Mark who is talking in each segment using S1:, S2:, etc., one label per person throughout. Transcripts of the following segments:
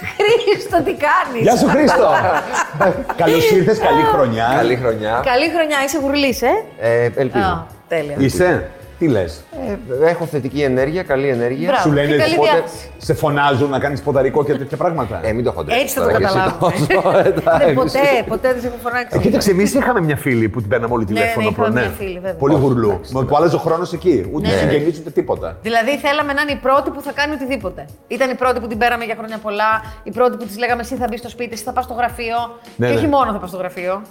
S1: Χρήστο, τι κάνεις.
S2: Γεια σου, Χρήστο! Καλώς ήρθες, καλή χρονιά.
S3: Καλή χρονιά.
S1: Καλή χρονιά, είσαι γουρλή, ε.
S3: Ε,
S1: Α,
S3: ελπίζω.
S1: τέλεια.
S2: Είσαι. Τι λες.
S3: Ε, έχω θετική ενέργεια, καλή ενέργεια.
S1: Μπράβο.
S2: Σου
S1: τι
S2: λένε
S1: καλή
S2: οπότε
S1: διάθεση.
S2: σε φωνάζουν να κάνεις ποδαρικό και τέτοια πράγματα.
S3: Ε, μην το χοντρέψεις
S1: Έτσι θα το
S3: τώρα, γιατί
S1: καταλάβω.
S3: τόσο, εντάξει.
S1: Δεν ποτέ, ποτέ δεν σε έχω φωνάξει.
S2: Ε, κοίταξε, εμείς είχαμε μια φίλη που την παίρναμε όλη τηλέφωνο
S1: ναι,
S2: προ-
S1: είχαμε μια φίλη, βέβαια.
S2: Πολύ
S1: Όχι,
S2: γουρλού. Με που άλλαζε ο χρόνος εκεί. Ούτε
S1: Ναι.
S2: συγγενεί ούτε τίποτα.
S1: Δηλαδή θέλαμε να είναι η πρώτη που θα κάνει οτιδήποτε. Ήταν η πρώτη που την πέραμε για χρόνια πολλά, η πρώτη που της λέγαμε εσύ θα μπεις στο σπίτι, εσύ θα πας στο γραφείο.
S2: Ναι,
S1: και
S2: ναι.
S1: όχι μόνο θα πας στο γραφείο.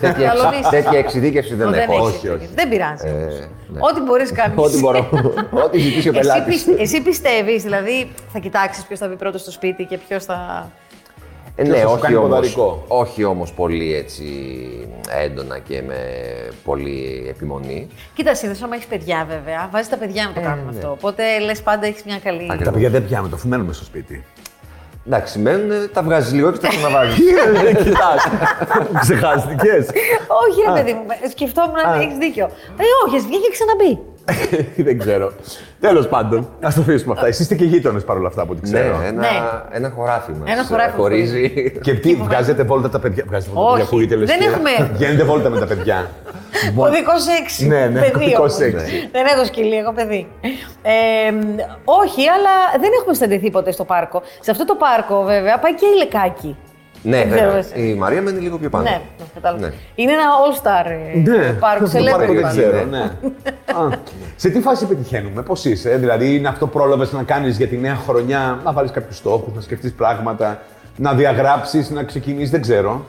S3: Τέτοια
S1: Καλό
S3: εξ-
S1: νύχτα.
S3: Τέτοια
S2: Ε,
S3: εξειδίκευση δεν
S1: Δεν
S3: έχω.
S1: έχεις
S3: Όχι,
S1: τέτοια.
S3: όχι.
S1: Δεν πειράζει.
S3: Ε, ναι.
S1: Ό,τι μπορείς κάνεις.
S3: Ό,τι μπορώ. Ό,τι ζητήσει ο
S1: Εσύ,
S3: πελάτης.
S1: πιστε, εσύ πιστεύεις, δηλαδή θα κοιτάξεις ποιος θα μπει πρώτος στο σπίτι και ποιος θα.
S3: Ε,
S2: Ποιος
S3: ναι,
S2: θα σου κάνει
S3: όχι όμως,
S2: ποδαρικό.
S3: όχι όμως πολύ έτσι έντονα και με πολύ επιμονή.
S1: Κοίτας, εσύ άμα έχεις παιδιά βέβαια, βάζεις τα παιδιά
S2: Ε,
S1: να το κάνουν
S2: ναι.
S1: αυτό. Οπότε λες πάντα έχεις μια καλή.
S2: Τα παιδιά δεν πιάνουν, το φουμένουμε στο σπίτι.
S3: Εντάξει, μένουν, τα βγάζεις λίγο και τα ξαναβάζει.
S2: Ξεχάστηκες.
S1: όχι, ρε παιδί μου, ε, σκεφτόμουν αν έχεις δίκιο. Ε, όχι, ας βγει και ξαναμπεί.
S2: Δεν ξέρω. Τέλος πάντων, ας το αφήσουμε αυτά. Εσείς είστε και γείτονες παρόλα αυτά από ό,τι
S3: ναι,
S2: ξέρω.
S3: ένα,
S1: Ναι.
S3: ένα χωράφι μας
S1: Ένα
S3: ε,
S1: χωράφι μας
S3: χωρίζει.
S2: Και τι, βγάζετε βόλτα τα παιδιά. Βγάζετε βόλτα τα παιδιά,
S1: Όχι,
S2: ακούγεται λες
S1: δεν
S2: και-
S1: έχουμε.
S2: Βγαίνετε βόλτα με τα παιδιά.
S1: Κωδικό 6.
S2: Ναι, ναι,
S1: παιδί
S2: κωδικό
S1: όμως. Ναι.
S2: σεξ.
S1: Δεν έχω σκυλί, έχω παιδί. Ε, μ, όχι, αλλά δεν έχουμε συναντηθεί ποτέ στο πάρκο. Σε αυτό το πάρκο, βέβαια, πάει και η λεκάκι.
S3: ναι,
S1: Δεν ξέρω
S3: βέβαια.
S1: εσύ.
S3: Η Μαρία μένει λίγο πιο πάνω.
S1: Ναι, να σε κατάλαβα.
S3: Ναι.
S1: Είναι ένα all-star ε,
S2: Ναι,
S1: το πάρκο. Σε
S2: το
S1: λέτε
S2: πάρκο δεν
S3: πάλι.
S2: ξέρω.
S3: Ναι.
S2: Ναι. Α, σε τι φάση πετυχαίνουμε, πώς είσαι, ε? δηλαδή είναι αυτό πρόλαβες να κάνεις για τη νέα χρονιά, να βάλεις κάποιους στόχους, να σκεφτείς πράγματα, να διαγράψεις, να ξεκινήσεις, δεν ξέρω.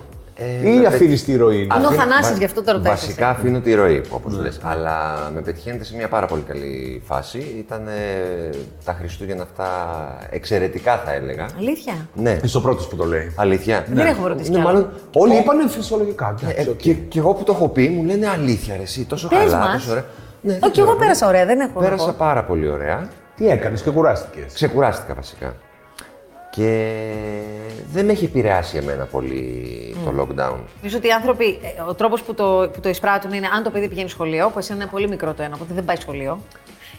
S2: Ή
S3: Ε, να
S2: αφήνει
S3: πετύ-
S2: τη ροή.
S1: Ενώ
S3: Αφήνω-
S1: ο Θανάσης
S3: βα-
S1: γι' αυτό το ρωτάει
S3: Βασικά αφήνω τη ροή, όπως λες, Αλλά με πετυχαίνετε σε μια πάρα πολύ καλή φάση. Ήταν ε, τα Χριστούγεννα αυτά εξαιρετικά, θα έλεγα.
S1: Αλήθεια.
S3: Ναι,
S2: Είσαι ο πρώτος που το λέει.
S3: αλήθεια.
S1: Δεν έχουμε ρωτήσει
S3: Ναι,
S1: κι άλλο.
S3: μάλλον
S2: Όλοι είπανε φυσιολογικά.
S3: Ε,
S2: εντάξει, οκ.
S3: και, και εγώ που το έχω πει, μου λένε αλήθεια ρε, εσύ, τόσο
S1: Πες
S3: καλά,
S1: μας.
S3: τόσο ωραία. Ναι, δεν
S1: Όχι,
S3: ξέρω,
S1: εγώ
S3: ναι.
S1: πέρασα ωραία, δεν έχω. να
S3: Πέρασα
S1: πω.
S3: πάρα πολύ ωραία.
S2: Τι έκανες και κουράστηκε.
S3: Ξεκουράστηκα βασικά. Και δεν με έχει επηρεάσει εμένα πολύ το lockdown.
S1: Νομίζω ότι οι άνθρωποι, ε, ο τρόπος που, το, που το εισπράττουν είναι αν το παιδί πηγαίνει σχολείο, που εσύ είναι πολύ μικρό το ένα, οπότε δεν πάει σχολείο.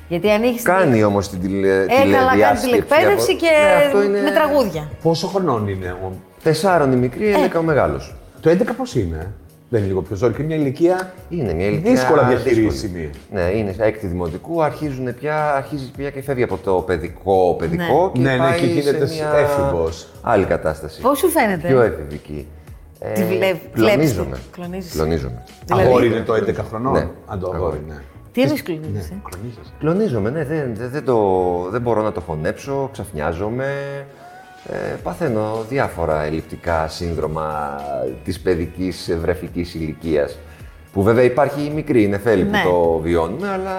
S1: Γιατί αν έχεις.
S3: Κάνει όμως την τηλε,
S1: Ε, καλά, κάνει
S3: τηλεδιάσκεψη
S1: τηλεκπαίδευση
S3: από-
S1: και
S3: Ναι, αυτό είναι-
S1: με τραγούδια.
S2: Πόσο χρονών είναι ο.
S3: Τεσσάρων η
S1: Ε.
S3: μικρή, έντεκα ο μεγάλος.
S2: Το 11 πώς είναι. Δεν είναι λίγο πιο ζόρικο, είναι μια ηλικία.
S3: Είναι μια ηλικία.
S2: Δύσκολα
S3: δύσκολη.
S2: διαχειρίσιμη.
S3: Ναι, είναι έκτη δημοτικού, αρχίζουν πια, αρχίζει πια και φεύγει από το παιδικό παιδικό. Και
S2: Ναι, ναι,
S3: πάει
S2: και γίνεται
S3: σε μια
S2: έφηβος.
S3: Άλλη κατάσταση.
S1: Πώς σου φαίνεται.
S3: Πιο εφηβική. Ε,
S1: Τη βλέ-
S3: κλονίζομαι.
S1: βλέπεις τη. Κλονίζεσαι.
S3: Κλονίζομαι.
S1: Δηλαδή-
S2: Αγόρι είναι το 11 χρονών.
S3: Ναι.
S2: Αν το αγόρι, ναι.
S1: Τι εννοεί κλείνει.
S2: Κλονίζεσαι.
S3: Κλονίζομαι, ναι, δεν, δεν, δεν το, δεν μπορώ να το χωνέψω, ξαφνιάζομαι. Ε, παθαίνω διάφορα ελλειπτικά σύνδρομα της παιδικής βρεφικής ηλικίας. Που βέβαια υπάρχει η μικρή νεφέλη
S1: Ναι.
S3: που το βιώνουμε, αλλά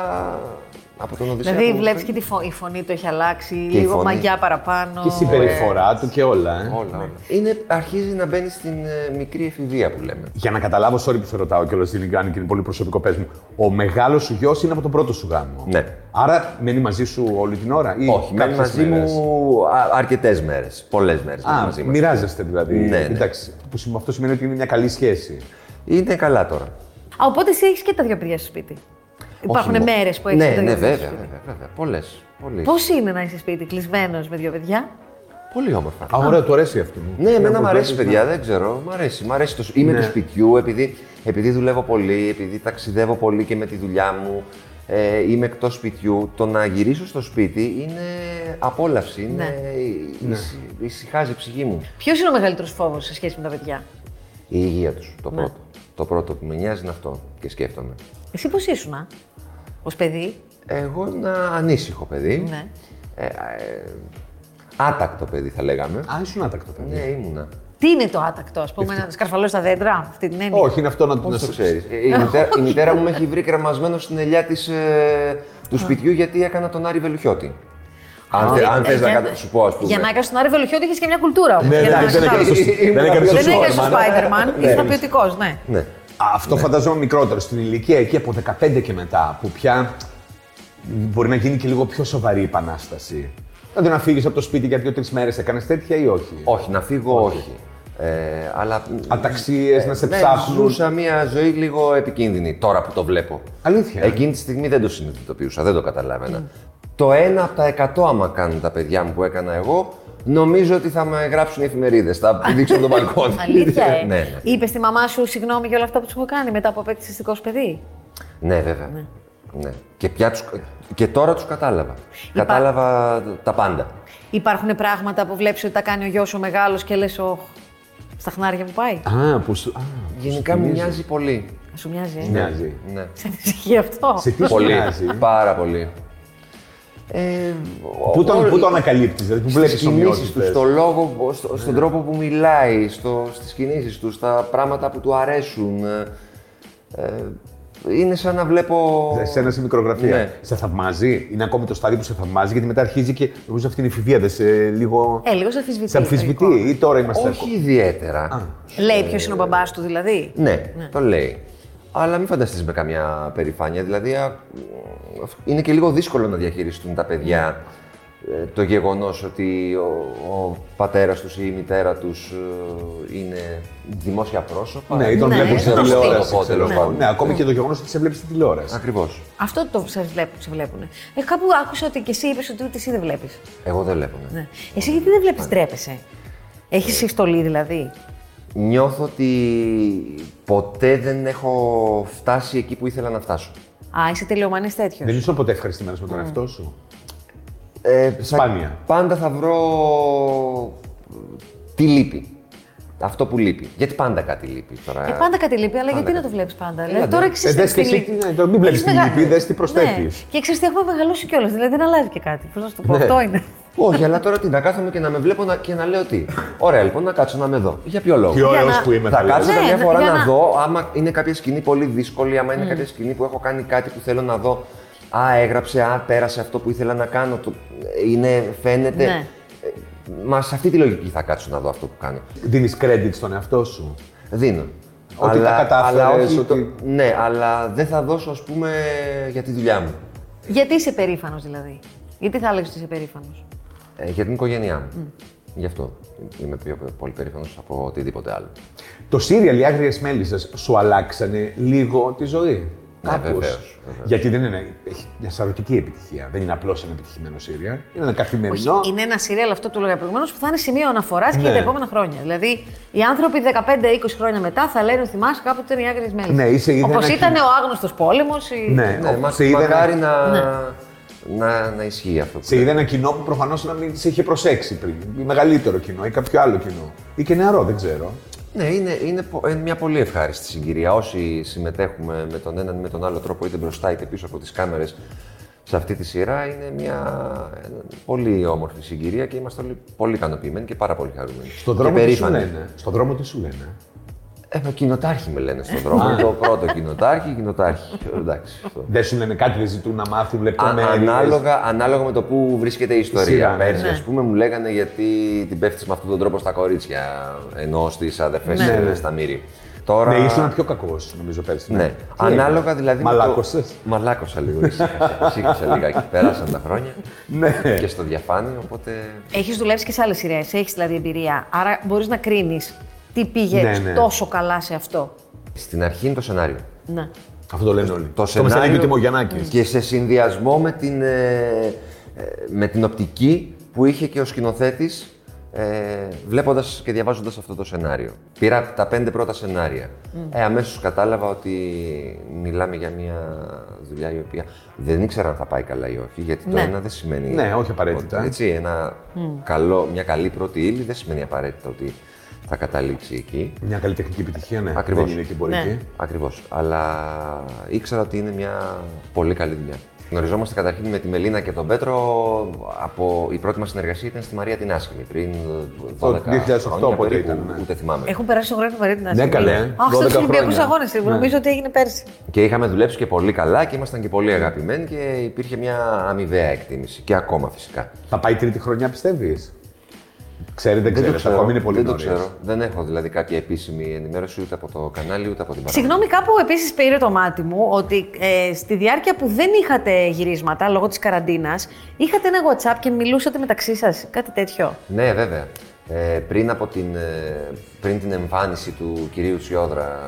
S3: από τον Οδυσσέα...
S1: Δηλαδή
S3: που-
S1: βλέπεις και τη φω- η φωνή του έχει αλλάξει,
S3: η
S1: λίγο
S3: φωνή.
S1: μαγιά παραπάνω.
S2: Και η συμπεριφορά του και όλα. ε.
S3: Όλα, όλα. Είναι, αρχίζει να μπαίνει στην ε, μικρή εφηβεία που λέμε.
S2: Για να καταλάβω, sorry που σε ρωτάω κιόλας, δεν είναι και είναι πολύ προσωπικό, πες μου. Ο μεγάλος σου γιος είναι από τον πρώτο σου γάμο.
S3: Ναι.
S2: Άρα μένει μαζί σου όλη την ώρα ή
S3: Όχι, μένει
S2: κάποιες
S3: μαζί
S2: μέρες?
S3: μου αρκετές μέρες. Πολλές μέρες
S2: Α,
S3: μαζί μας.
S2: μοιράζεστε δηλαδή.
S3: Ναι, ναι.
S2: Εντάξει, που σημα- αυτό σημαίνει ότι είναι μια καλή σχέση.
S3: Είναι καλά τώρα.
S1: Α, οπότε εσύ έχεις και τα δύο παιδιά στο σπίτι. Υπάρχουν
S3: Όχι,
S1: μέρες που έχεις
S3: ναι,
S1: τα δύο
S3: Ναι,
S1: παιδιά
S3: βέβαια,
S1: στο σπίτι.
S3: βέβαια, βέβαια. Πολλές. Πολύ,
S1: Πώς είναι να είσαι σπίτι κλεισμένος με δύο παιδιά.
S3: πολύ όμορφα.
S2: Α, ωραία, του αρέσει αυτό.
S3: Ναι, εμένα
S2: μου
S3: μου αρέσει,
S2: βλέπεις,
S3: παιδιά, δεν ξέρω. Μ' αρέσει. Μ' αρέσει το... σ- Είμαι του σπιτιού, επειδή, επειδή δουλεύω πολύ, επειδή ταξιδεύω πολύ και με τη δουλειά μου. Ε, είμαι εκτός σπιτιού. Το να γυρίσω στο σπίτι είναι απόλαυση. Είναι... η- ησυ- Ησυχάζει η ψυχή μου.
S1: Ποιος είναι ο μεγαλύτερος φόβος σε σχέση με τα παιδιά.
S3: Η υγεία τους. Το πρώτο. Το πρώτο που με νοιάζει είναι αυτό και σκέφτομαι.
S1: Εσύ πώς ήσουν, α? ως παιδί.
S3: Εγώ ήμουν ανήσυχο παιδί.
S1: Ναι.
S3: Ε, ε, άτακτο παιδί θα λέγαμε.
S2: Α, ήσουν άτακτο παιδί.
S3: Ναι, ήμουνα.
S1: Τι είναι το άτακτο, ας πούμε, να σκαρφαλώσει στα δέντρα, αυτή την έννοια.
S2: Όχι, είναι αυτό να
S3: Πώ
S2: να
S3: το
S2: σου-
S3: ξέρεις. Ε, Η, μητέρα, η μητέρα μου με έχει βρει κρεμασμένο στην ελιά της, ε, του σπιτιού γιατί έκανα τον Άρη Βελουχιώτη. Αν, θε- αν
S1: Ε,
S3: θες να
S1: για-
S3: κατα- σου πω, ας πούμε.
S1: Για να έκανες τον Άρη Βελουχιώτη είχε και μια κουλτούρα όμως.
S2: Ναι, ναι, δεν- δεν έκανε το σ-
S3: Ήμουν
S2: δεν έκανες το
S1: Δεν έκανες τον
S2: σόρμα, ναι.
S1: Spider-Man, ήσουν ποιοτικό, ναι.
S3: Ναι.
S2: Αυτό φανταζόμαι μικρότερο. Στην ηλικία εκεί από 15 και μετά, που πια μπορεί να γίνει και λίγο πιο σοβαρή η επανάσταση. Δηλαδή να φύγεις από το σπίτι για δύο-τρει μέρες, έκανες τέτοια ή όχι.
S3: Όχι, να φύγω, όχι. Ε, αλλά.
S2: Αταξίε, να σε
S3: ναι,
S2: ψάχνουν.
S3: Ζούσα μια ζωή λίγο επικίνδυνη τώρα που το βλέπω.
S2: Αλήθεια.
S3: Εκείνη τη στιγμή δεν το συνειδητοποιούσα, δεν το καταλάβαινα. Το ένα από τα εκατό, άμα κάνουν τα παιδιά μου που έκανα εγώ, Νομίζω ότι θα με γράψουν οι εφημερίδες. Θα δείξω από το μπαλκόνι.
S1: Αλήθεια, ε.
S3: ναι, ναι.
S1: Είπες στη μαμά σου συγγνώμη για όλα αυτά που σου έχω κάνει μετά από απέκτησιστικό παιδί.
S3: Ναι, βέβαια. Ναι. Και, πια τους... και τώρα τους κατάλαβα. Κατάλαβα τα πάντα.
S1: Υπάρχουν πράγματα που βλέπεις ότι τα κάνει ο γιος σου μεγάλος και λες, Ωχ, στα χνάρια μου πάει.
S2: Α, που σου. Α,
S3: Γενικά μου μοιάζει πολύ.
S1: Σου μοιάζει, ε.
S2: μοιάζει.
S3: Ναι.
S1: Σε ανησυχεί αυτό.
S2: Σε τι σου
S3: Πολύ.
S2: μοιάζει.
S3: Πάρα πολύ. Ε,
S2: Πού τον,
S3: ό-
S2: πού το ανακαλύπτεις, δηλαδή, πού
S3: στις
S2: βλέπεις
S3: κινήσεις του,
S2: ομοιότητες.
S3: στο λόγο, στο- στον τρόπο που μιλάει, στο, στις κινήσεις τους, στα πράγματα που του αρέσουν. Ε, ε, είναι σαν να βλέπω...
S2: Εσένα σε μικρογραφία.
S3: Ναι.
S2: Σε θαυμάζει, είναι ακόμη το στάδιο που σε θαυμάζει, γιατί μετά αρχίζει και νομίζω αυτή είναι η εφηβεία, δε σε λίγο.
S1: Ε, λίγο σε αμφισβητεί.
S2: σε αμφισβητεί,
S1: λογικό.
S2: ή τώρα είμαστε.
S3: Όχι ιδιαίτερα.
S1: Λέει ποιος είναι ο μπαμπάς του, δηλαδή.
S3: Ναι, το λέει. Αλλά μην φανταστείς με καμιά περηφάνεια. Δηλαδή, α, είναι και λίγο δύσκολο να διαχειριστούν τα παιδιά ε, το γεγονός ότι ο, ο πατέρας τους ή η μητέρα τους ε, είναι δημόσια πρόσωπα.
S2: Ναι, ή τον
S1: Ναι,
S2: βλέπουν
S1: το
S2: στην τηλεόραση.
S3: σκηνικό,
S2: ξέρω
S3: τέλος
S2: εγώ.
S3: πάντων.
S2: Ναι, ακόμη και το γεγονό ότι σε βλέπει στην τηλεόραση.
S3: Ακριβώς.
S1: Αυτό το σε βλέπουν. Σε βλέπουν. Ε, κάπου άκουσα ότι και εσύ είπε ότι ούτε εσύ δεν βλέπει.
S3: Εγώ δεν βλέπω. ναι.
S1: Ναι. Εσύ γιατί δεν βλέπει, τρέπεσαι. Έχει
S2: Ε.
S1: συστολή δηλαδή.
S3: Νιώθω ότι ποτέ δεν έχω φτάσει εκεί που ήθελα να φτάσω.
S1: Α, είσαι τελειωμανή τέτοιος.
S2: Δεν είσαι ποτέ ευχαριστημένος με τον
S1: Ναι.
S2: εαυτό σου.
S3: Ε,
S2: Σπάνια.
S3: Πάντα θα βρω τι λείπει. Αυτό που λείπει. Γιατί πάντα κάτι λείπει τώρα.
S1: Ε, πάντα κάτι λείπει, αλλά
S3: πάντα
S1: γιατί να
S3: κάτι.
S1: το βλέπεις πάντα.
S3: ναι.
S1: Δηλαδή, τώρα
S3: Ε,
S1: εξής
S2: δες και εσύ τι- ναι, το μην βλέπεις τι λείπει, δες τι προσθέτεις.
S1: Ναι. Και ξέρεις τι έχουμε μεγαλώσει κιόλας. Δηλαδή δεν αλλάζει και κάτι. Πώς να σου το πω,
S3: Ναι.
S1: αυτό είναι.
S3: Όχι, αλλά τώρα τι να κάθομαι και να με βλέπω να- και να λέω τι. Ωραία, λοιπόν, να κάτσω να με δω. Για ποιο λόγο.
S2: Τι
S1: Για να-
S2: ωραίο που είμαι,
S3: Θα
S2: θα
S3: κάτσω
S2: λες.
S1: Ναι,
S3: καμιά
S1: ναι,
S3: φορά
S1: για
S3: να,
S1: να- Mm.
S3: δω άμα είναι κάποια σκηνή πολύ δύσκολη, άμα είναι κάποια σκηνή που έχω κάνει κάτι που θέλω να δω. Α, έγραψε, α, πέρασε αυτό που ήθελα να κάνω. Το... ε, Είναι, φαίνεται.
S1: Ναι.
S3: Ε, Μα σε αυτή τη λογική θα κάτσω να δω αυτό που κάνω.
S2: Δίνεις credit στον εαυτό σου.
S3: Δίνω.
S2: Ότι τα κατάφερες,
S3: αλλά όχι
S2: ότι-
S3: το- Ναι, αλλά δεν θα δώσω, ας πούμε, για τη δουλειά μου.
S1: Γιατί είσαι περήφανος δηλαδή. Γιατί θα έλεγες ότι είσαι περήφανος.
S3: Ε, για την οικογένειά μου. Γι' αυτό είμαι πιο, πολύ περήφανος από οτιδήποτε άλλο.
S2: Το σύριαλ οι άγριες μέλισσες σου αλλάξανε λίγο τη ζωή.
S3: Ναι,
S2: Κάπως.
S3: βεβαίως, βεβαίως.
S2: Γιατί δεν είναι. Έχει μια σαρωτική επιτυχία. Δεν είναι απλώς ένα επιτυχημένο σύριαλ. Είναι ένα καθημερινό.
S1: Είναι ένα σειρέλ αυτό που λέγαμε προηγουμένως που θα είναι σημείο αναφοράς και
S2: Ναι.
S1: για τα επόμενα χρόνια. Δηλαδή οι άνθρωποι 15-20 χρόνια μετά θα λένε θυμάσαι κάποτε ήταν οι άγριες μέλη.
S2: Ναι, είσαι ήδη
S1: Όπως
S2: ένα
S1: ήταν
S2: κοινό.
S1: ο άγνωστος πόλεμος. Η...
S2: Ναι,
S3: Ναι,
S2: ναι
S3: μα,
S2: σε, είδε
S3: μακάρι
S2: ένα,
S3: να, να, να ισχύει αυτό. που
S2: σε
S3: λέω.
S2: είδε ένα κοινό που προφανώς να μην σε είχε προσέξει πριν. Ή μεγαλύτερο κοινό ή κάποιο άλλο κοινό. Ή και νεαρό, δεν ξέρω.
S3: Ναι, είναι, είναι, πο- ε, μια πολύ ευχάριστη συγκυρία. Όσοι συμμετέχουμε με τον έναν ή με τον άλλο τρόπο, είτε μπροστά είτε πίσω από τις κάμερες, σε αυτή τη σειρά είναι μια ε, πολύ όμορφη συγκυρία και είμαστε όλοι πολύ ικανοποιημένοι και πάρα πολύ χαρούμενοι.
S2: Στον
S3: Και
S2: δρόμο, τι σου
S3: περήφανοι.
S2: λένε. Στον δρόμο τι σου λένε.
S3: Ε, με κοινοτάρχη με λένε στον δρόμο. το πρώτο κοινοτάρχη, κοινοτάρχη. Ε, Εντάξει. αυτό.
S2: Δεν σου λένε κάτι, δεν ζητούν να μάθουν
S3: Α-
S2: λεπτομέρειε.
S3: ανάλογα, ανάλογα με το που βρίσκεται η ιστορία.
S2: Σειρά, ναι.
S3: Πέρσι,
S2: Ναι.
S3: α πούμε, μου λέγανε γιατί την πέφτεις με αυτόν τον τρόπο στα κορίτσια. Ενώ στι αδερφέ
S1: Ναι.
S3: ναι. στα μύρη. Τώρα.
S2: Ναι, ήσουν πιο κακός, νομίζω πέρσι.
S3: Ναι.
S2: Τι
S3: Ανάλογα
S2: έγινε?
S3: δηλαδή.
S2: Μαλάκωσες.
S3: Με το... Μαλάκωσα λίγο. ησύχασα, Ησύχασα λιγάκι. Πέρασαν τα χρόνια.
S2: Ναι.
S3: και στο διαφάνει, οπότε.
S1: Έχεις δουλέψει και σε άλλες σειρές, έχεις δηλαδή εμπειρία. Άρα μπορείς να κρίνεις τι πήγε
S2: Ναι, ναι.
S1: τόσο καλά σε αυτό.
S3: Στην αρχή είναι το σενάριο.
S1: Ναι.
S2: Αυτό το λένε όλοι. Το
S3: Το
S2: μας τα λέει και ο
S3: σενάριο
S2: Τιμογιαννάκης.
S3: και σε συνδυασμό με την, ε, ε, με την οπτική που είχε και ο σκηνοθέτης ε, βλέποντας και διαβάζοντας αυτό το σενάριο. Πήρα τα πέντε πρώτα σενάρια. Ε, αμέσως κατάλαβα ότι μιλάμε για μια δουλειά η οποία δεν ήξερα αν θα πάει καλά ή όχι, γιατί το
S1: Ναι.
S3: ένα δεν σημαίνει...
S2: Ναι, όχι απαραίτητα.
S3: ότι- έτσι, ένα καλό, μια καλή πρώτη ύλη δεν σημαίνει απαραίτητα ότι θα καταλήξει εκεί.
S2: Μια καλλιτεχνική επιτυχία, ναι.
S3: Ακριβώς.
S2: Δεν είναι και εμπορική.
S1: Ναι.
S3: Ακριβώς. Αλλά ήξερα ότι είναι μια πολύ καλή δουλειά. Γνωριζόμαστε καταρχήν με τη Μελίνα και τον Πέτρο. Από... Η πρώτη μας συνεργασία ήταν στη Μαρία την Άσχημη πριν 12
S2: Το 2008
S3: χρόνια
S2: οπότε
S3: περίπου,
S2: ήταν, ναι.
S3: Ούτε θυμάμαι.
S1: Έχουν περάσει χρόνια βαρύ την
S2: Ναι, καλέ, ε.
S1: Αχ,
S2: 12
S1: στους Ολυμπιακούς
S2: χρόνια. Ναι.
S1: Αγώνε. Νομίζω ότι έγινε πέρσι.
S3: Και είχαμε δουλέψει και πολύ καλά και ήμασταν και πολύ αγαπημένοι και υπήρχε μια αμοιβαία εκτίμηση. Και ακόμα φυσικά.
S2: Θα πάει τρίτη χρονιά, πιστεύεις. Ξέρει, δεν
S3: Δεν το
S2: ξέρεις.
S3: ξέρω.
S2: Ακόμη είναι πολύ
S3: δεν το
S2: νωρίς.
S3: ξέρω. Δεν έχω δηλαδή κάποια επίσημη ενημέρωση ούτε από το κανάλι ούτε από την παραγωγή.
S1: Συγγνώμη, κάπου επίσης πήρε το μάτι μου ότι ε, στη διάρκεια που δεν είχατε γυρίσματα λόγω της καραντίνας, είχατε ένα WhatsApp και μιλούσατε μεταξύ σας. Κάτι τέτοιο.
S3: Ναι, βέβαια. Ε, πριν, από την, ε, πριν την εμφάνιση του κυρίου Τσιόδρα,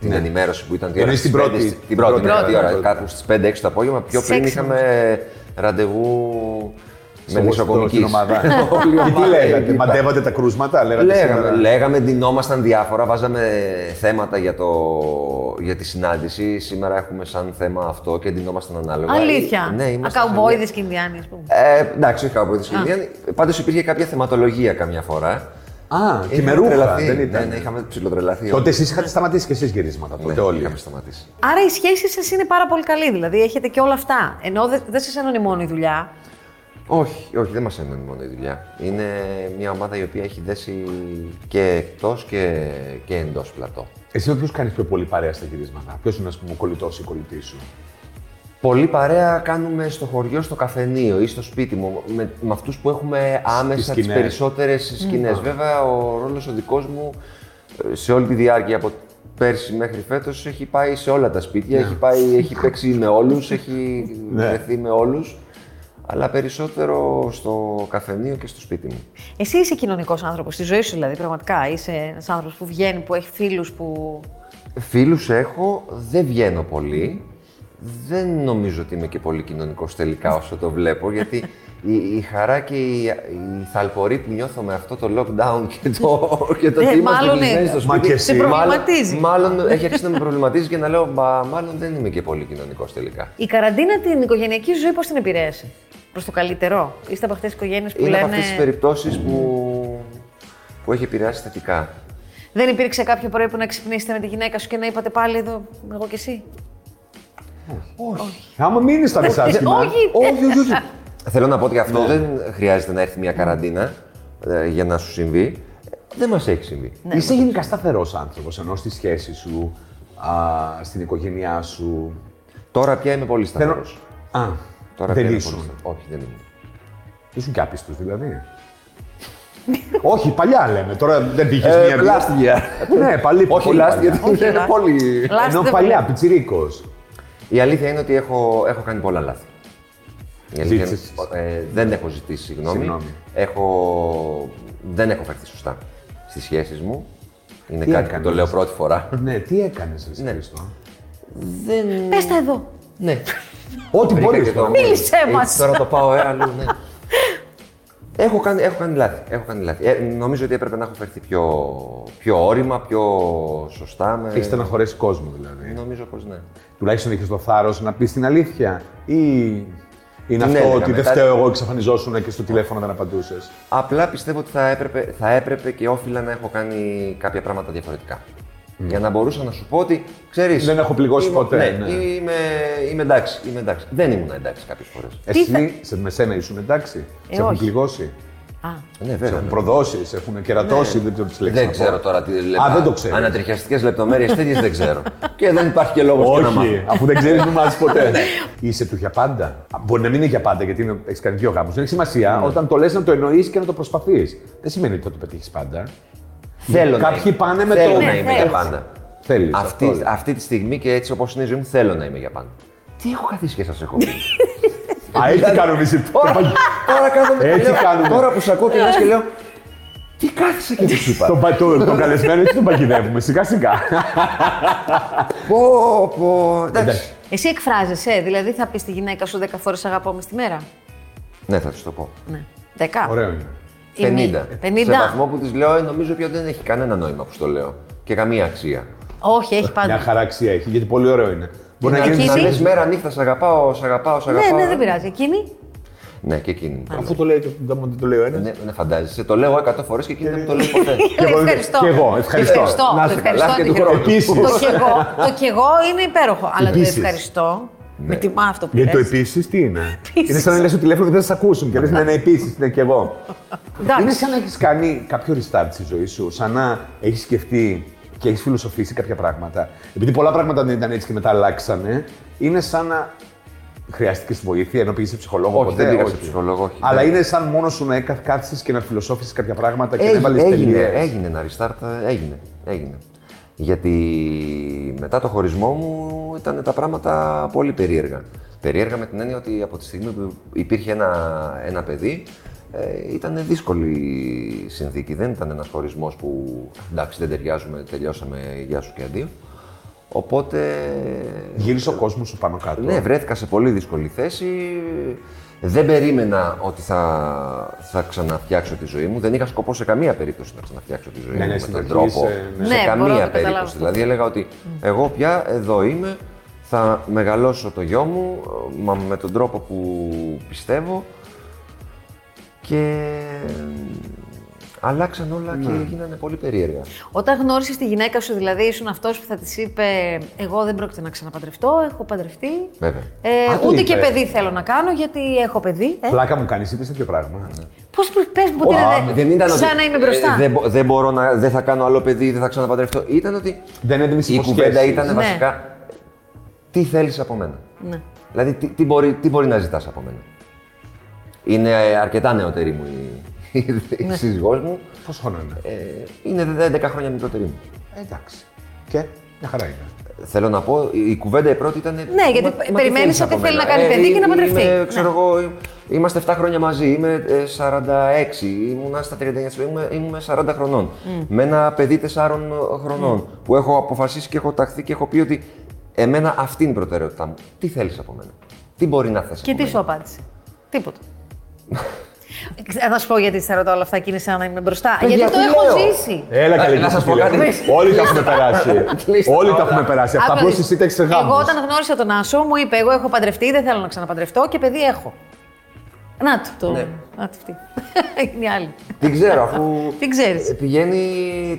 S3: την ενημέρωση που ήταν τι
S2: Ναι. Εμείς
S3: στις
S2: την
S3: πέντε,
S2: πρώτη-
S3: στις- την πρώτη,
S2: την
S3: μέρα,
S2: πρώτη.
S3: τι ώρα,
S2: Πρώτη.
S3: κάπου στις 5-6 το απόγευμα. Πιο
S1: Στις
S3: πριν
S1: έξι
S3: είχαμε ραντεβού με
S2: την
S3: νησοκομική.
S2: ομάδα. Και τι λέγατε, μαντεύατε τα κρούσματα, λέγατε
S3: Λέγαμε,
S2: σήμερα.
S3: λέγαμε, ντυνόμασταν διάφορα, βάζαμε θέματα για, το, για τη συνάντηση. Σήμερα έχουμε σαν θέμα αυτό και ντυνόμασταν ανάλογα.
S1: Αλήθεια.
S3: Ε, Ναι, είμαστε
S1: Ακαουμπόιδε και Ινδιάνοι, ας πούμε.
S3: Ε, εντάξει, όχι κάπου Πάντως υπήρχε κάποια θεματολογία καμιά φορά.
S2: Α,
S3: Είχαμε
S2: κυμερούχα,
S3: τρελαθεί.
S2: δεν
S3: Ναι, ναι,
S2: ήταν.
S3: είχαμε ψηλοτρελαθεί.
S2: Τότε εσείς είχατε σταματήσει και εσείς γυρίσματα.
S3: Ναι,
S2: Τότε όλοι.
S3: Είχαμε σταματήσει.
S1: Άρα η σχέση σας είναι πάρα πολύ καλή. Δηλαδή έχετε και όλα αυτά. Ενώ δεν δε σα ενώνει μόνο η δουλειά.
S3: Όχι, όχι, δεν μας ενώνει μόνο η δουλειά. Είναι μια ομάδα η οποία έχει δέσει και εκτός και, και εντός πλατό.
S2: Εσύ με ποιου κάνεις πιο πολύ παρέα στα γυρίσματα. Ποιος είναι, ας πούμε, ο κολλητός ή η κολλητής σου.
S3: Πολύ παρέα κάνουμε στο χωριό, στο καφενείο ή στο σπίτι μου, με, με αυτούς που έχουμε άμεσα τις
S2: σκηνές.
S3: περισσότερες σκηνέ. Βέβαια, ο ρόλος ο δικός μου ε, σε όλη τη διάρκεια από πέρσι μέχρι φέτος έχει πάει σε όλα τα σπίτια. Έχει, πάει, έχει παίξει με όλους, έχει
S2: Ναι.
S3: βρεθεί με όλους. Αλλά περισσότερο στο καφενείο και στο σπίτι μου.
S1: Εσύ είσαι κοινωνικός άνθρωπος στη ζωής σου, δηλαδή πραγματικά. Είσαι ένας άνθρωπος που βγαίνει, που έχει φίλους, που.
S3: Φίλους έχω, δεν βγαίνω πολύ. Δεν νομίζω ότι είμαι και πολύ κοινωνικός τελικά όσο το βλέπω, γιατί η, η χαρά και η, η θαλπορή που νιώθω με αυτό το lockdown και το, και το
S1: Ε,
S3: ότι είμαστε
S1: μάλλον,
S3: κλεισμένοι στο
S1: ε,
S2: Μα
S3: σπίτι,
S2: και εσύ.
S1: σε προβληματίζει.
S3: Μάλλον, μάλλον έχει αρχίσει να με προβληματίζει και να λέω, «Μα, μάλλον δεν είμαι και πολύ κοινωνικός τελικά.
S1: Η καραντίνα την οικογενειακή ζωή πώς την επηρέασε. Προς το καλύτερο. Είστε από αυτές τις οικογένειες που
S3: Είναι
S1: λένε.
S3: από αυτές τις περιπτώσεις που, που έχει επηρεάσει θετικά.
S1: Δεν υπήρξε κάποιο πρωί που να ξυπνήσετε με τη γυναίκα σου και να είπατε πάλι εδώ, εγώ και εσύ.
S2: Ε, Άμα μείνεις στα δυσάσχημα.
S1: Ναι, ε, όχι.
S2: όχι, όχι, όχι.
S3: Θέλω να πω ότι
S2: Ναι.
S3: αυτό δεν χρειάζεται να έρθει μια καραντίνα ε, για να σου συμβεί. Ε, Δεν μας έχει συμβεί.
S1: Ναι,
S2: Είσαι γενικά σταθερός άνθρωπος, ενώ στη σχέση σου, α, στην οικογένειά σου.
S3: Τώρα πια είμαι πολύ σταθερός.
S2: Α,
S3: Τώρα πια
S2: δεν
S3: είμαι
S2: ήσουν.
S3: πολύ σταθερός. Όχι, δεν ήμουν.
S2: Ήσουν και άπιστος δηλαδή. όχι, παλιά λέμε. Τώρα δεν πήγες μία Ναι, παλί.
S3: Ε, Όχι
S2: πολύ
S3: λάστι,
S2: παλιά.
S3: γιατί
S1: Όχι,
S3: είναι
S1: λάστι.
S3: πολύ.
S1: Λάστι
S2: Ενώ
S1: δεν
S2: παλιά,
S1: βλέπω.
S2: πιτσιρίκος.
S3: Η αλήθεια είναι ότι έχω, έχω κάνει πολλά λάθη. Η αλήθεια είναι-
S2: Ζήτησες.
S3: ε, δεν έχω ζητήσει συγγνώμη.
S2: Συγγνώμη.
S3: Έχω, δεν έχω φερθεί σωστά στις σχέσεις μου. Είναι
S2: Τι
S3: κάτι που
S2: έκανες?
S3: το λέω πρώτη φορά.
S2: Ναι, τι έκανες, Ρε
S3: Ναι.
S2: Χρήστο.
S3: δεν.
S1: Πες τα εδώ.
S3: Ναι.
S2: Ό,τι
S3: Βρήκα
S2: μπορείς.
S3: και το-
S1: Μίλησέ
S3: Ε,
S1: μας.
S3: Τώρα το πάω ε, αλλού, ναι. Έχω κάνει, έχω κάνει λάθη. Έχω κάνει λάθη. Ε, νομίζω ότι έπρεπε να έχω φερθεί πιο, πιο όρημα, πιο σωστά. Με...
S2: Έχεις στεναχωρέσει κόσμο δηλαδή.
S3: Νομίζω πως ναι.
S2: Τουλάχιστον είχες το θάρρος να πεις την αλήθεια. Ή είναι
S3: Ναι,
S2: αυτό
S3: έλεγα
S2: ότι δεν
S3: μετά.
S2: φταίω εγώ, εξαφανιζόσουν και στο τηλέφωνο δεν απαντούσες.
S3: Απλά πιστεύω ότι θα έπρεπε, θα έπρεπε και όφιλα να έχω κάνει κάποια πράγματα διαφορετικά. Για να μπορούσα να σου πω ότι ξέρεις...
S2: Δεν έχω πληγώσει
S3: είμαι-
S2: ποτέ,
S3: Ναι,
S2: ναι.
S3: Είμαι, είμαι, εντάξει, είμαι εντάξει. Δεν ήμουν εντάξει κάποιες φορές.
S2: Εσύ
S1: θα-
S2: σε, με σένα ήσουν εντάξει.
S1: Ε,
S2: σε έχουν
S1: όχι.
S2: πληγώσει.
S1: Α,
S3: Ναι,
S2: Σε
S3: βέβαια.
S2: έχουν προδώσει, σε έχουν κερατώσει. Δεν ξέρω τι λέξεις
S3: Δεν
S2: να πω.
S3: ξέρω τώρα τι λεπτά.
S2: Α, δεν το ξέρω.
S3: Ανατριχιαστικές λεπτομέρειες τέτοιες δεν ξέρω. και δεν υπάρχει και λόγος να μάθω. Ναι.
S2: Όχι, αφού δεν ξέρεις, μην μάθεις ποτέ. Είσαι του για πάντα. Μπορεί να μην είναι για πάντα, γιατί έχεις κάνει δύο γάμους. Δεν έχει σημασία
S3: Ναι.
S2: όταν το λες να το εννοείς και να το προσπαθείς. Δεν σημαίνει ότι θα το πετύχεις πάντα.
S3: Θέλω να
S2: Κάποιοι
S3: είμαι.
S2: πάνε με
S3: θέλω
S2: το.
S3: να
S1: Ναι,
S3: είμαι
S1: θέλεις.
S3: για πάντα.
S2: Θέλεις.
S3: Αυτή, αυτή τη στιγμή και έτσι όπως είναι η ζωή μου, θέλω να είμαι για πάντα. Τι έχω καθίσει και σας έχω πει.
S2: Α, έτσι
S3: δηλαδή-
S2: κάνουμε εσύ.
S3: τώρα κάθομαι.
S2: Έτσι
S3: λέω,
S2: κάνουμε.
S3: Τώρα που σε ακούω και λες και λέω. Τι κάθισα και δεν σου είπα.
S2: Τον πα- το- Τον καλεσμένο έτσι τον παγιδεύουμε, σιγά σιγά.
S3: Πω, πω.
S2: Εντάξει.
S3: Εντάξει.
S1: εσύ εκφράζεσαι, δηλαδή θα πεις στη γυναίκα σου 10 φορές αγαπώ μες στη μέρα.
S3: Ναι, θα του το πω.
S1: Ναι. 10.
S2: Ωραίο είναι.
S3: 50.
S1: 50.
S3: Σε βαθμό που της λέω, «Ε, νομίζω ότι δεν έχει κανένα νόημα που σου το λέω. Και καμία αξία.
S1: Όχι, έχει
S2: Μια
S1: πάντα.
S2: χαρά αξία έχει, γιατί πολύ ωραίο είναι. Μπορεί να
S1: να
S2: γίνει
S1: αρχίσει.
S3: Να
S1: Εκείνη.
S3: λες μέρα νύχτα, σ' αγαπάω, σ' αγαπάω, σ'
S1: Ναι,
S3: αγαπάω.
S1: ναι, δεν πειράζει. Εκείνη.
S3: Ναι, και εκείνη. μου το λέει.
S2: Αφού το λέει και δεν το λέει ο ένας.
S3: Ναι, ναι, φαντάζεσαι. Το λέω 100 φορές και εκείνη δεν μου το λέει ποτέ.
S2: Και εγώ-
S1: ευχαριστώ.
S2: και εγώ, ευχαριστώ.
S1: ευχαριστώ.
S3: Να
S1: το
S3: είστε καλά
S1: ευχαριστώ
S3: και
S1: το
S3: του χρόνου.
S1: ευχαριστώ. Το
S2: Επίσης.
S1: κι εγώ, το κι εγώ είναι υπέροχο. Αλλά το
S2: Επίσης.
S1: ευχαριστώ.
S3: Ναι.
S1: Με τιμά αυτό που
S2: Γιατί το
S1: λες.
S2: επίσης τι είναι. Είναι σαν να λες το τηλέφωνο και δεν θα σε ακούσουν. Και λες ναι, ναι, επίσης, ναι, και εγώ.
S1: Εντάξει.
S2: Είναι σαν να έχεις κάνει κάποιο restart στη ζωή σου, σαν να έχεις σκεφτεί και έχεις φιλοσοφήσει κάποια πράγματα. Επειδή πολλά πράγματα δεν ήταν έτσι και μετά αλλάξανε, είναι σαν να χρειάστηκες βοήθεια ενώ πήγες σε ψυχολόγο.
S3: Όχι,
S2: ποτέ,
S3: δεν πήγα σε ψυχολόγο, όχι. Ναι.
S2: Αλλά
S3: Δεν.
S2: είναι σαν μόνο σου να έκα- κάθισες και να φιλοσόφησες κάποια πράγματα και να
S3: Έγινε,
S2: έβαλε
S3: έγινε,
S2: τελεία.
S3: έγινε ένα restart, ε, έγινε, έγινε. Γιατί μετά το χωρισμό μου ήταν τα πράγματα πολύ περίεργα. Περίεργα με την έννοια ότι από τη στιγμή που υπήρχε ένα, ένα παιδί, ε, ήταν δύσκολη συνθήκη. Δεν ήταν ένας χωρισμός που εντάξει δεν ταιριάζουμε, τελειώσαμε, γεια σου και αντίο. Οπότε.
S2: Γύρισε ο κόσμος σου πάνω κάτω.
S3: Ναι, βρέθηκα σε πολύ δύσκολη θέση. Δεν περίμενα ότι θα, θα ξαναφτιάξω τη ζωή μου. Δεν είχα σκοπό σε καμία περίπτωση να ξαναφτιάξω τη ζωή
S2: Ναι,
S3: μου
S2: ναι,
S3: με τον
S2: συνεχίζει,
S3: τρόπο.
S2: ε, ναι.
S3: Σε
S1: Ναι, μπορώ να
S3: καμία
S1: το καταλάβω.
S3: περίπτωση. Δηλαδή έλεγα ότι εγώ πια εδώ είμαι, θα μεγαλώσω το γιο μου μα με τον τρόπο που πιστεύω και αλλάξαν όλα
S2: Ναι.
S3: και γίνανε πολύ περίεργα.
S1: Όταν γνώρισες τη γυναίκα σου, δηλαδή ήσουν αυτός που θα της είπε: Εγώ δεν πρόκειται να ξαναπαντρευτώ, έχω παντρευτεί.
S3: Βέβαια.
S1: Ε,
S2: Α, το
S1: ούτε
S2: είπε.
S1: και παιδί θέλω να κάνω, γιατί έχω παιδί. Ε.
S2: Πλάκα μου κάνεις, είπες τέτοιο πράγμα.
S1: Πώ πες μου, ότι
S3: Α,
S1: είναι.
S3: δεν ήταν
S1: σαν
S3: ότι,
S1: να είμαι μπροστά.
S3: ε, δεν, μπο- δεν μπορώ να. Δεν θα κάνω άλλο παιδί, δεν θα ξαναπαντρευτώ. Ήταν ότι.
S2: Δεν έντονη
S3: Η
S2: υποσχέσεις.
S3: κουβέντα ήταν
S1: Ναι.
S3: βασικά. Τι θέλεις από μένα.
S1: Ναι.
S3: Δηλαδή, τι, τι μπορεί, τι μπορεί να ζητάς από μένα. Είναι ε, αρκετά νεότερη μου η, η, η
S1: Ναι.
S3: σύζυγός μου.
S2: Πόσο χρόνο είναι.
S3: Ε, είναι 11 χρόνια μικρότερη μου.
S2: Ε, εντάξει. Και μια χαρά είναι.
S3: Θέλω να πω, η η κουβέντα η πρώτη ήταν.
S1: Ναι, γιατί
S3: τι
S1: περιμένεις
S3: θέλεις
S1: ότι
S3: από
S1: θέλει
S3: μένα. Ε,
S1: να κάνει παιδί και να
S3: είμαι,
S1: παντρευτεί. Ναι.
S3: Ξέρω εγώ, ε, είμαστε 7 χρόνια μαζί, είμαι ε, 46, ήμουνα στα 39, είμαι, ήμουν 40 χρονών. Με ένα παιδί 4 χρονών που έχω αποφασίσει και έχω ταχθεί και έχω πει ότι εμένα αυτή είναι η προτεραιότητά μου. Τι θέλεις από μένα, τι μπορεί να θες
S1: Και
S3: από
S1: τι σου
S3: μένα.
S1: απάντησε. Τίποτα. Ε, Θα σου πω γιατί σε ρωτάω όλα αυτά και είναι σαν να είμαι μπροστά.
S3: Παιδιά,
S1: γιατί το
S3: τι
S1: έχω
S3: λέω.
S1: ζήσει.
S2: Έλα
S3: Να-
S2: καλή
S3: να σας πω
S2: φίλε.
S3: κάτι.
S2: Όλοι τα έχουμε περάσει.
S3: Κλείστε
S2: Όλοι τα
S3: όλα.
S2: έχουμε περάσει. Αυτά
S1: Άκου
S2: που
S1: να δεις.
S2: εσύ τα εξεγάμουν.
S1: Εγώ όταν γνώρισα τον Άσο, μου είπε: Εγώ έχω παντρευτεί, δεν θέλω να ξαναπαντρευτώ και παιδί έχω. Να του το.
S3: Ναι.
S1: Να του αυτή. είναι η άλλη.
S3: Δεν ξέρω, αφού
S1: Τι ξέρεις.
S3: ε, πηγαίνει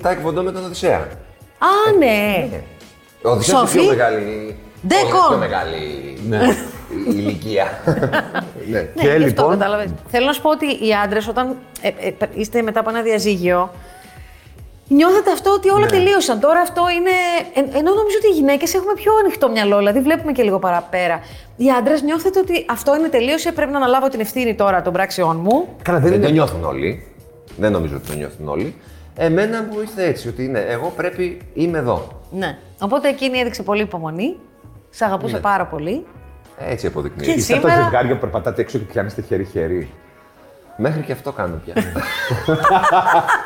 S3: τάκ βοντό με τον Οδυσσέα.
S1: Α, ναι.
S3: Ο Οδυσσέας είναι
S1: Σοφή.
S3: πιο μεγάλη.
S1: Ντε
S3: όχι,
S1: κον.
S3: Πιο μεγάλη η- ηλικία. ναι.
S1: Ναι,
S2: Και
S1: γι' αυτό
S2: λοιπόν-
S1: κατάλαβες. Θέλω να σου πω ότι οι άντρες, όταν ε, ε, πα- είστε μετά από ένα διαζύγιο, νιώθετε αυτό ότι
S2: Ναι.
S1: όλα τελείωσαν. Τώρα αυτό είναι. εν- ενώ νομίζω ότι οι γυναίκες έχουμε πιο ανοιχτό μυαλό, δηλαδή βλέπουμε και λίγο παραπέρα. Οι άντρες νιώθετε ότι αυτό είναι τελείωσε, πρέπει να αναλάβω την ευθύνη τώρα των πράξεών μου.
S2: Καλά,
S3: Δεν
S2: δεν
S3: το
S2: είναι.
S3: νιώθουν όλοι. Δεν νομίζω ότι το νιώθουν όλοι. Εμένα μου ήρθε έτσι, ότι είναι εγώ πρέπει, είμαι εδώ.
S1: Ναι. Οπότε εκείνη έδειξε πολύ υπομονή. Σ' αγαπούσε
S2: Ναι.
S1: πάρα πολύ.
S3: Έτσι αποδεικνύεται.
S1: Και-
S2: Είστε από τα
S1: σήμερα-
S2: ζευγάρια που περπατάτε έξω και πιάνεστε χέρι-χέρι.
S3: Μέχρι και αυτό κάνω πια.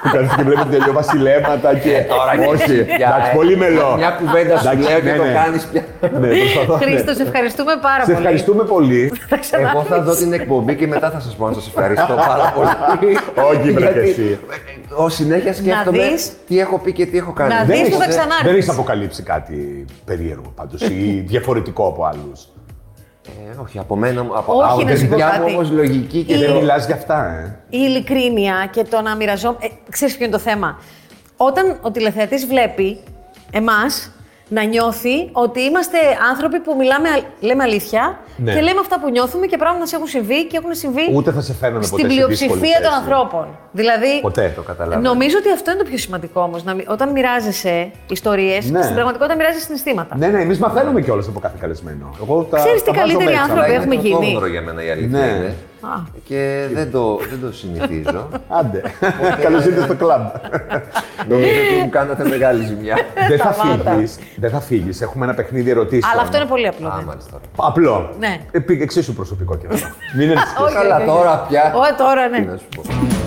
S2: Που κάθεστε και βλέπετε τελειώ βασιλέματα
S3: Ε,
S2: και. Όχι. Εντάξει, πολύ μελό.
S3: Μια κουβέντα σου
S2: Εντάξει,
S3: λέω και
S2: ναι,
S3: το
S2: ναι.
S3: κάνεις πια.
S2: Ναι, προσπαθώ, ναι.
S1: Χρήστο, σε ευχαριστούμε πάρα
S2: Σε
S1: πολύ.
S2: ευχαριστούμε πολύ.
S3: Εγώ θα δω την εκπομπή και μετά θα σας πω να σας ευχαριστώ πάρα πολύ.
S2: Όχι, βρε,
S3: Γιατί,
S2: εσύ.
S3: ε, Ω συνέχεια σκέφτομαι
S1: δεις.
S3: τι έχω πει και τι έχω κάνει.
S1: Να
S3: Δεν
S1: δεις που
S3: έχεις,
S1: θα
S3: ε.
S1: ξανάρθεις.
S2: Δεν έχεις αποκαλύψει κάτι περίεργο πάντως ή διαφορετικό από άλλους.
S3: Ε, όχι, από μένα μου. Από,
S1: Όχι,
S3: από
S1: να
S3: τη
S1: σου πω
S3: δικιά μου
S1: κάτι.
S3: όμως λογική και
S1: Η-
S2: Δεν
S3: λέω.
S2: μιλάς για αυτά, ε.
S1: Η ειλικρίνεια και το να μοιραζόμαι. Ε, ξέρεις ποιο είναι το θέμα. Όταν ο τηλεθεατής βλέπει εμάς να νιώθει ότι είμαστε άνθρωποι που μιλάμε, αλ- λέμε αλήθεια
S2: Ναι.
S1: και λέμε αυτά που νιώθουμε και πράγματα σε έχουν συμβεί και έχουν συμβεί
S2: Ούτε θα σε φαίνανε ποτέ
S1: στην
S2: σε δύσκολη
S1: πλειοψηφία των
S2: θέση.
S1: ανθρώπων. Δηλαδή,
S2: Ποτέ το καταλάβω.
S1: νομίζω ότι αυτό είναι το πιο σημαντικό όμως. Όταν μοιράζεσαι ιστορίες,
S2: Ναι.
S1: στην πραγματικότητα μοιράζεσαι συναισθήματα.
S2: Ναι, ναι, εμείς μαθαίνουμε κιόλας από κάθε καλεσμένο. Εγώ τα,
S1: Ξέρεις τι
S2: τα
S1: καλύτεροι
S2: βάζω μέσα,
S1: άνθρωποι
S2: αλλά είναι-
S1: έχουμε γίνει.
S3: πρωτόγνωρο για μένα η αλήθεια
S2: Ναι.
S3: είναι.
S1: Α.
S3: Και δεν το, δεν το συνηθίζω.
S2: Άντε. Καλώ ήρθατε στο κλαμπ.
S1: Ε,
S3: Νομίζω ότι μου κάνατε μεγάλη ζημιά.
S2: Δεν θα
S1: Σταμάτα.
S2: φύγεις. Δεν θα φύγεις. Έχουμε ένα παιχνίδι ερωτήσεων.
S1: Αλλά αυτό είναι πολύ απλό.
S3: Α,
S1: ναι.
S3: μάλιστα.
S2: Απλό.
S1: Ναι.
S2: Επί- Εξίσου προσωπικό και αυτό. Μην ανησυχείς.
S1: Όχι,
S3: Καλά,
S1: όχι, όχι.
S3: τώρα πια.
S1: Ω, τώρα, ναι.
S3: Τι να σου πω.